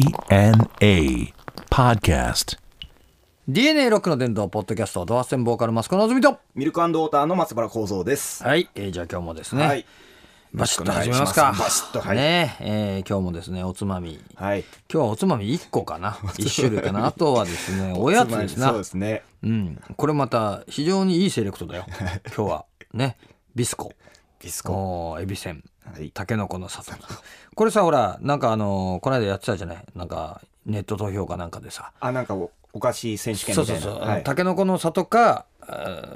DNA Podcast. DNA ロックの伝道ポッドキャストドアステンボーカルマスコのずみとミルクウォーターの松原幸三です。はい、えーじゃあ今日もですね、はい。バシッと始めますかバシッとはいねえー今日もですねおつまみ今はい。日はおつまみ1個か な1種類かなあとはですねおやつですそうなですね。うんこれまた非常にいいセレクト だよ今日はねビスコビスコ。おーエビせんはい。タケノコの里これさほらなんかあのーこの間やってたじゃないなんかネット投票かなんかでさあ、なんかおお菓子選手権そうみたそういそな。う、はタい。ケノコの里かあ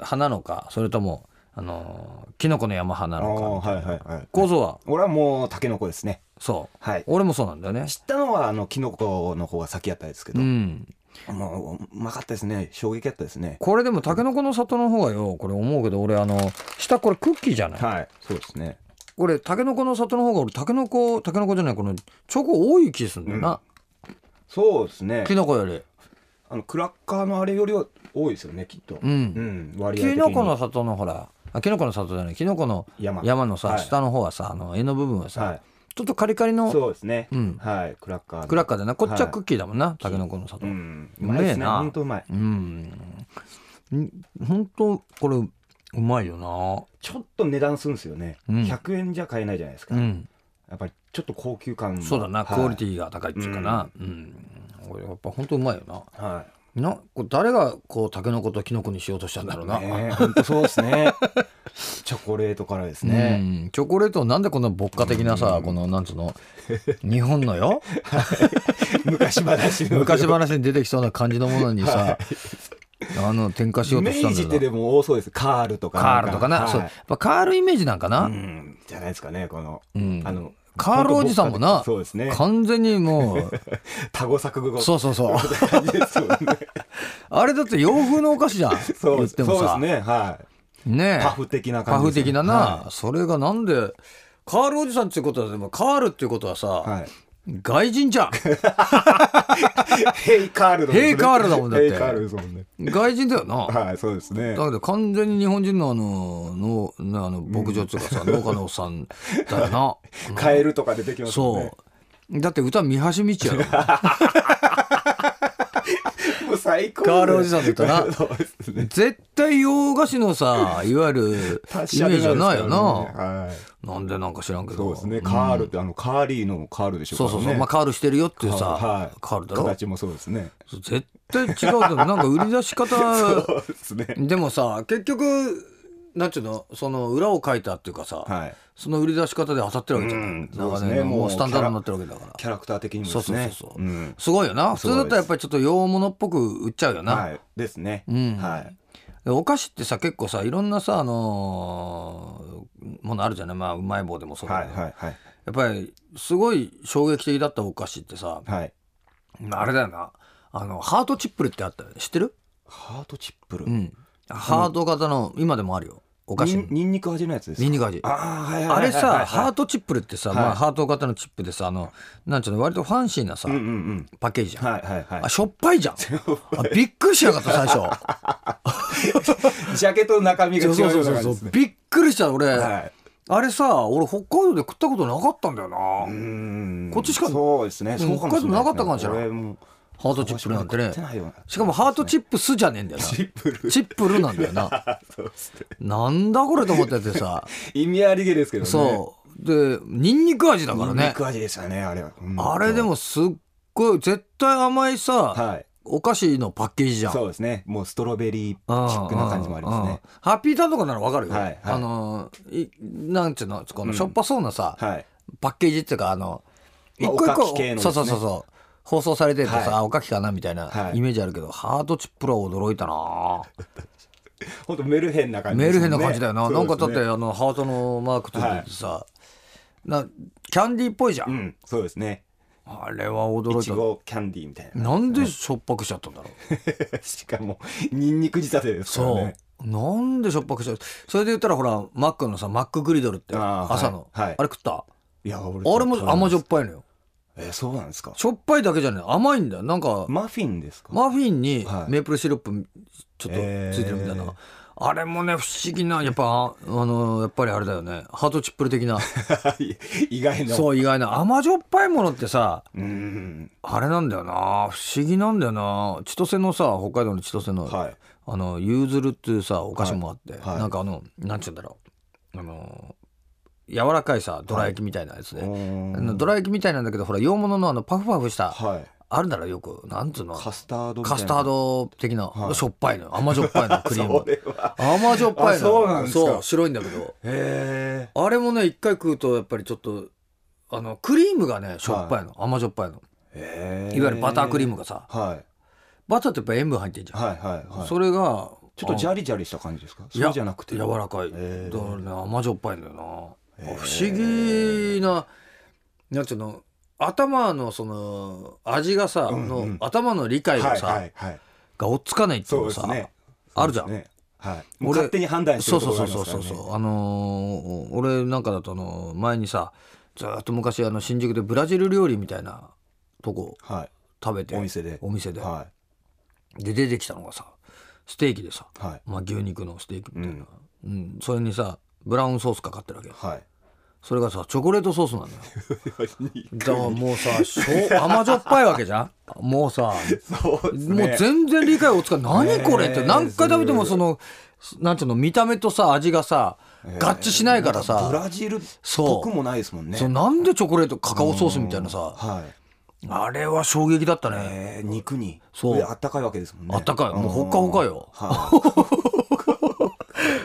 ー花のかそれともあのーキノコの山花あなーのかはいはいはい。構造は俺はもうタケノコですね。そう、はい俺もそうなんだよね知ったのはあのキノコの方が先やったですけうど、んもううまかったですね。衝撃やったですね。これでもタケノコの里の方がよこれ思うけど俺あの下これクッキーじゃない、はい。そうですね。これタケノコの里の方が俺タケノコタケノコじゃないこのチョコ多い気すんだよな、そうですねキ。ノコよりあのクラッカーのあれよりは多いですよね、きっと。う、うんん。割合キ的に。ノコの里のほらあキノコの里じゃないキノコの山山のさ、はい下の方はさあの柄の部分はさ、はちょっとカリカリのい。そうですねうん。はい。クラッカーの。クラッカーだなこっちははいクッキーだもんな、タケノコの里ううん、ん。うまいでうめすえね。な本当うまい。んほんとこれうまいよちょっと値段するんですよね、うん100円じゃ買えないじゃないですか、なうんやっぱりちょっと高級感もそうだな、はいクオリティが高いっていうかなうん、これやっぱほんとうまいよなはなこれ誰がこうタケノコとキノコにしようとしたんだろういな、ねえほんとそうですね チョコレートからでうすね、んチョコレートをなんでこんな牧歌的なさ、このなんつうの日本の よ昔話の昔話に出てきそうな感じのものにさ、あの添加しようと明したんだ治よっなてでも多そうですカールとかカールとかな、はいそうやっぱカールイメージなんかな、うんじゃないですかねこの,、うんあのカールおじさんもなそうですね完全にも多語作語うそうそうそうう感じですよねあれだって洋風のお菓子じゃん そう言ってもさそうですねはいねえパフ的なパ感フじですね、的なな、はそれがなんでカールおじさんっていうことはでもカールっていうことはさ、い、はい外人 じゃんヘイカールだもんねヘイカールだもんだってヘイカールですもんね外人だよな、はいそうですねだけど完全に日本人のあののあの牧場っていうかさ、農家のおっさんだよ なカエルとか出てきますもんねそうだって歌三橋美智也だもんもう最高カールおじさんだったな そうですね絶対洋菓子のさいわゆるイメ達者ージじゃないよでな、すからねはいなんでなんか知らんけどそうですね、カールってあのカーリーのカールでしょそうそうそう、これねまあ、カールしてるよっていうカさ、はいカールだろ形もそうです ねそう絶対違うけどなんか売り出し方そうですねでもさ結局なんていうのその裏を書いたっていうかさ、はいその売り出し方で当たってるわけじゃん、うんなんかそうねですねももううスタンダードになってるわけだからキャラクター的にもそでうすそうそうそう、ねうんすごいよな普すご通だっいですたらやっぱりちょっと洋物っぽく売っちゃうよな、はいですねうんはいでお菓子ってさ結構さいろんなさあのーものあるじゃないまあうまい棒でもそうだはけいど、はいはいやっぱりすごい衝撃的だったお菓子ってさはいあれだよなあのハートチップルってあったよね知ってるハートチップルうん、ハート型の、今でもあるよお菓子ににんにんにく味のやつですニンニク味あーはいはいあれはいはいはいさハートチップルってさ、はいまあ、ハート型のチップでさあのなんちゅうの割とファンシーなさ、うんうんうんパッケージじゃん、はいはいはあしょっぱいじゃんあびっくりしやがった最初 い ジャケットの中身が違そううそうよそううなそう感じですねびっくりした俺、はいあれさ俺北海道で食ったことなかったんだよな、ここっちしかそうですね。そうもしれいで北す海ね道なかったかもしれない俺もハートチップルなんてね買ってないよしかもハートチップスじゃねえんだよなチップルチップルなんだよな そうっすねなんだこれと思っててさ、意味ありげですけどね。そうでニンニク味だからニンねニク味でしたねあれは。うんあれでもすっごい絶対甘いさ、はい。お菓子のパッケージじゃん。そうですね。もうストロベリーチうんックな感じもありますね。うんハッピーターンとかならわかるよ。はいはいあのいなんていうのこのしょっぱそうなさ、はい。パッケージっていうかあのまあ一個一個、おかき系のですそうねそうそうそう放送されてるとさ、はいあおかきかなみたいなはいイメージあるけど、ハートチップルは驚いたな、本当メルヘンな感じメですーね。ルヘンな感じだよな、そなんうかですだねってあのハートのマークついててさ、なキャンディーっぽいじゃん、うんそうですね。あれはい驚ちいごキャンディーみたいたな。 なんでしょっぱくしちゃったんだろうしかもニンニク仕立てですからそうね。。なんでしょっぱくしちゃうそれで言ったらほらマックのさマックグリドルってあー朝のあ,、はいはいれ食ったいや俺あれも甘じょっっ。ぱいのよえそうなんですか。しょっぱいだけじゃない甘いんだよなんかマフィンですか。マフィンにはいメープルシロップちょっとえーついてるみたいな、あれもね不思議なやっぱあのやっぱりあれだよねハートチップル的 な 意外なそう意外な甘じょっぱいものってさうんあれなんだよな不思議なんだよな千歳のさ北海道の千歳の、はいあのゆずるっていうさお菓子もあって、はいはいなんかあのなんて言うんだろうあの柔らかいさどら焼きみたいなやつで、あのドどら焼きみたいなんだけどほら洋物のあのパフパフした、はいあるだろよくなんつうのカスタードみたいなカスタード的な、はいしょっぱいの甘じょっぱいのクリーム それは甘じょっぱいのあそうなんですかそう白いんだけどへえあれもね一回食うとやっぱりちょっとあのクリームがねしょっぱいの、甘じょっぱいのへえいわゆるバタークリームがさはいバターってやっぱ塩分入ってんじゃん、はいはいはいそれがちょっとジゃャリジャリした感じですかいそやうじゃなくて柔らかい、へーだからね甘じょっぱいんだよな、へー不思議ななんちゅうの頭のその味がさ、うんうんの頭の理解がさ、はいはいはいが追っつかないっていうそうのでさすねあるじゃんそうですねはいもう俺勝手に判断してそるうとそうころがそあうりそまうすかそうらねそうあのー俺なんかだとあの前にさずーっと昔あの新宿でブラジル料理みたいなとこはい食べてお店でお店で、はで出てきたのがさステーキでさ、いはいまあ、牛肉のステーキみたいな、うんそれにさブラウンソースかかってるわけはいそれがさチョコレートソースなのよそだから もうさしょ甘じょっぱいわけじゃんもうさうですもねう全然理解をつかない。何これってねえ何回食べてもすその、なんていうの、見た目とさ、味がさ、合致しないからなんブさ、ラジルっそぽうくもないですもんねそうなんでチョコレート、カカオソースみたいなさ、はいあれは衝撃だったね。えー肉にそうであったかいわけですもんねあったかい。もうほっんかほかよ。は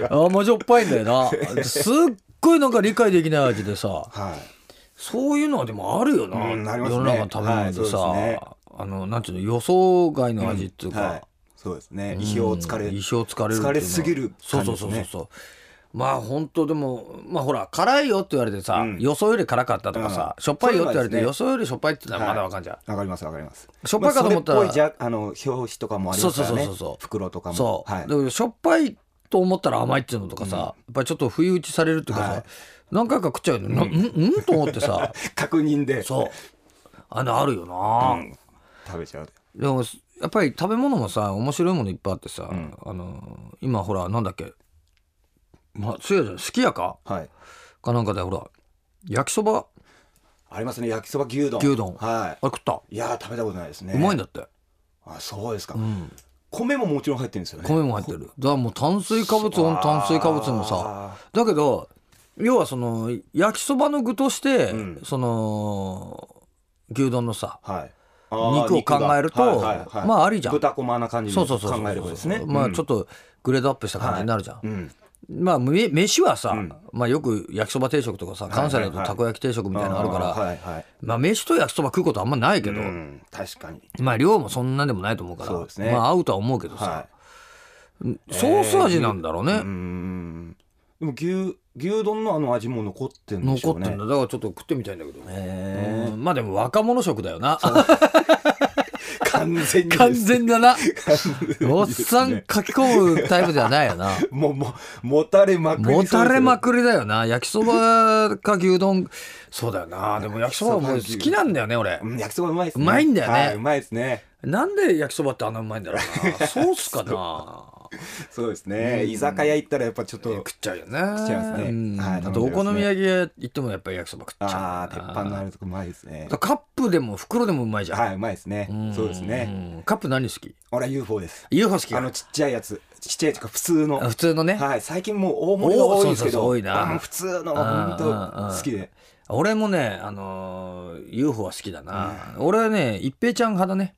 甘じょっぱいんだよ な。すっごいなんか理解できない味でさい、はい そういうのはでもあるよな。うんありますね世の中の食べ物でさ、はいそうですねあの、なんていうの、予想外の味っていうか、はいそうですね意表をつかれうん意表をつかれるっていうのは疲れすぎるそう感じそでうすそうそうねそうまあ本当でもまあほら辛いよって言われてさ、うん予想より辛かったとかさ、うんしょっぱいよって言われそて、れはですね予想よりしょっぱいって言ったらまだわかんじゃん、わかりますわかりますしょっぱいかと思ったらまあそれっぽいじゃあの表紙とかもありますからそねうそうそうそう袋とかもそう、はいだけどしょっぱいと思ったら甘いっていうのとかさ、やっぱりちょっと不意打ちされるっていうかさ、はい何回か食っちゃうよね、うん、 うんと思って さ確認でそうあのあるよな、うん食べちゃうでもやっぱり食べ物もさ面白いものいっぱいあってさ、あの今ほらなんだっけまあそうやじゃんすき家かはいかなんかでほら焼きそばありますね焼きそば牛丼牛丼はあれ食った、いいやー食べたことないですねうまいんだって、あそうですかうん、米ももちろん入ってるんですよね米も入ってるだからもう炭水化物あオンー炭水化物もさだけど要はその焼きそばの具として、うんそその牛丼のさはい肉を考えるとまあありじゃん豚こまな感じでそうそうそうそう考えればですねまあちょっととグレードアップした感じになるじゃん、うんまあめ飯はさ、うんまあ、よく焼きそば定食とかさ関西だとたこ焼き定食みたいなのあるから、ーはいはいまあ飯と焼きそば食うことあんまないけど、うん確かにまあ量もそんなでもないと思うからそうですねまあ合うとは思うけどさ、はいソース味なんだろうね、うーんでも牛牛丼のあの味も残ってるんでし残ょっうてねんだだからちょっと食ってみたいんだけどね、へうんまあでも若者食だよなー完全に完全だ な全におっさん書き込むタイプではない よなもうもうもたれまくりそうもですよたれまくりだよな焼きそばか牛丼そうだよなでも焼きそばも好きなんだよね俺うん焼きそばうまいですねうまいんだよねはいうまいですねなんで焼きそばってあんなうまいんだろう なソースかなそうですね居酒屋行ったらやっぱちょっと食っちゃうよねっちゃいますねうんはいあとお好み焼き屋行ってもやっぱり焼きそば食っちゃうああ鉄板のあるとこうまいですねだからカップでも袋でもうまいじゃん、はいうまいですねんそうですねうんカップ何好き俺は UFO です UFO 好きあかのちっちゃいやつちっちゃいやつか普通のあ普通のね、はい最近もう大盛りが多いですけおーそうそうそうど多いなうん普通あの本ーあーあ当ー好きで俺もね、あのー、UFO は好きだな、俺はね一平ちゃん派だね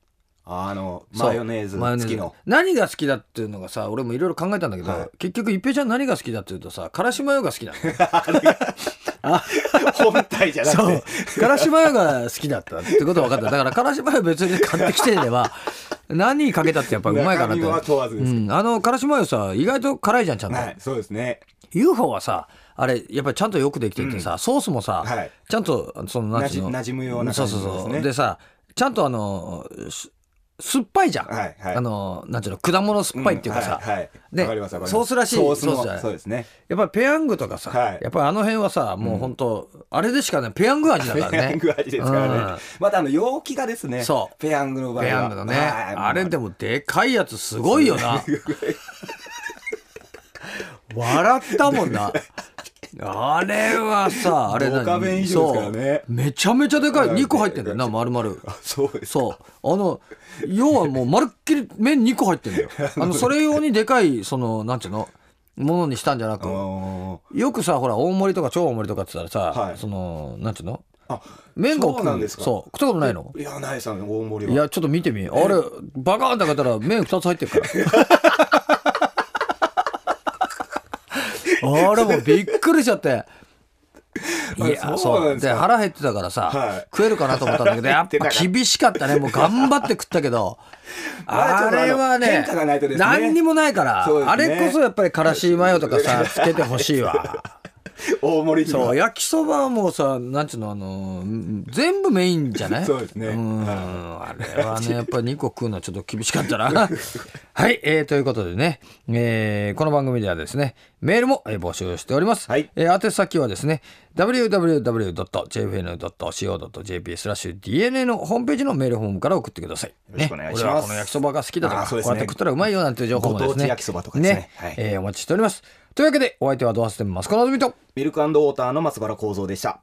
あのそうマヨネーズマヨネ付きの何が好きだっていうのがさ俺もいろいろ考えたんだけど、はい結局一平ちゃん何が好きだっていうとさからしマヨが好きなの 本体じゃなくそうてからしマヨが好きだったってことは分かっただからからしマヨ別に買ってきてれば 何かけたってやっぱうまいかなって中身は問わずですうん、あのからしマヨさ意外と辛いじゃんちゃんと、はいそうですね UFO はさあれやっぱりちゃんとよくできていてさ、ソースもさ、はいちゃんとそのなんていうのなじ馴染むような感じそうそうですそうねでさちゃんとあのす酸っぱいじゃん、はいはいあのなんていうの果物酸っぱいっていうかさ、うんはいはいねわかりますわかりますソースらしいソースソースじゃなもいそうですねやっぱりペヤングとかさ、はいやっぱりあの辺はさもう本当、あれでしかないペヤング味だからねペ ヤング味ですからうんね。またあの容器がですね。そうペヤングの場合は。ペヤングのねはいあれでもでかいやつすごいよな笑ったもん な。あれはさ、あれ何岡弁以上ですからねそうめちゃめちゃでかい。2個入ってんだよな、丸々。そうですそう。あの、要はもう、まるっきり麺2個入ってんだ よ。あの、それ用にでかい、その、なんていうのものにしたんじゃなくあ。ーよくさ、ほら、大盛りとか超大盛りとかって言ったらさ、はいその、なんていうのあ麺が大きそうなんですかそう。食ったことないのいやないさん大盛りいはや、ちょっと見てみ。あれ、バカーンって開けたら麺2つ入ってる から。あれもうびっくりしちゃ って。いあや、そうそなんう。ですで、か腹減ってたからさ、はい食えるかなと思ったんだけど、やっぱ厳しかったね。もう頑張って食ったけど。 まあちょあっとあのれはね、変化がないとですね何にもないから、そうですねあれこそやっぱりからしマヨとかさ、つけてほしいわ。大盛り にはそう、焼きそばはもうさ、なんちゅうの、あのー、全部メインじゃない そうですねうん。あれはね、やっぱり2個食うのはちょっと厳しかったな。 はい、えーということでね、えーこの番組ではですね、メールも、えー募集しております。はいえー宛先はですね、www.jfn.co.jp スラッシュ DNA のホームページのメールフォームから送ってください。よろしくお願いしますね俺はこの焼きそばが好きだとあか、ーそうですこうねやって食ったらうまいよなんていう情報もですね。ご当地焼きそばとかですねはいえーお待ちしております。というわけで、お相手はドアステムマスコナズミと、ミルクウォーターの松原幸三でした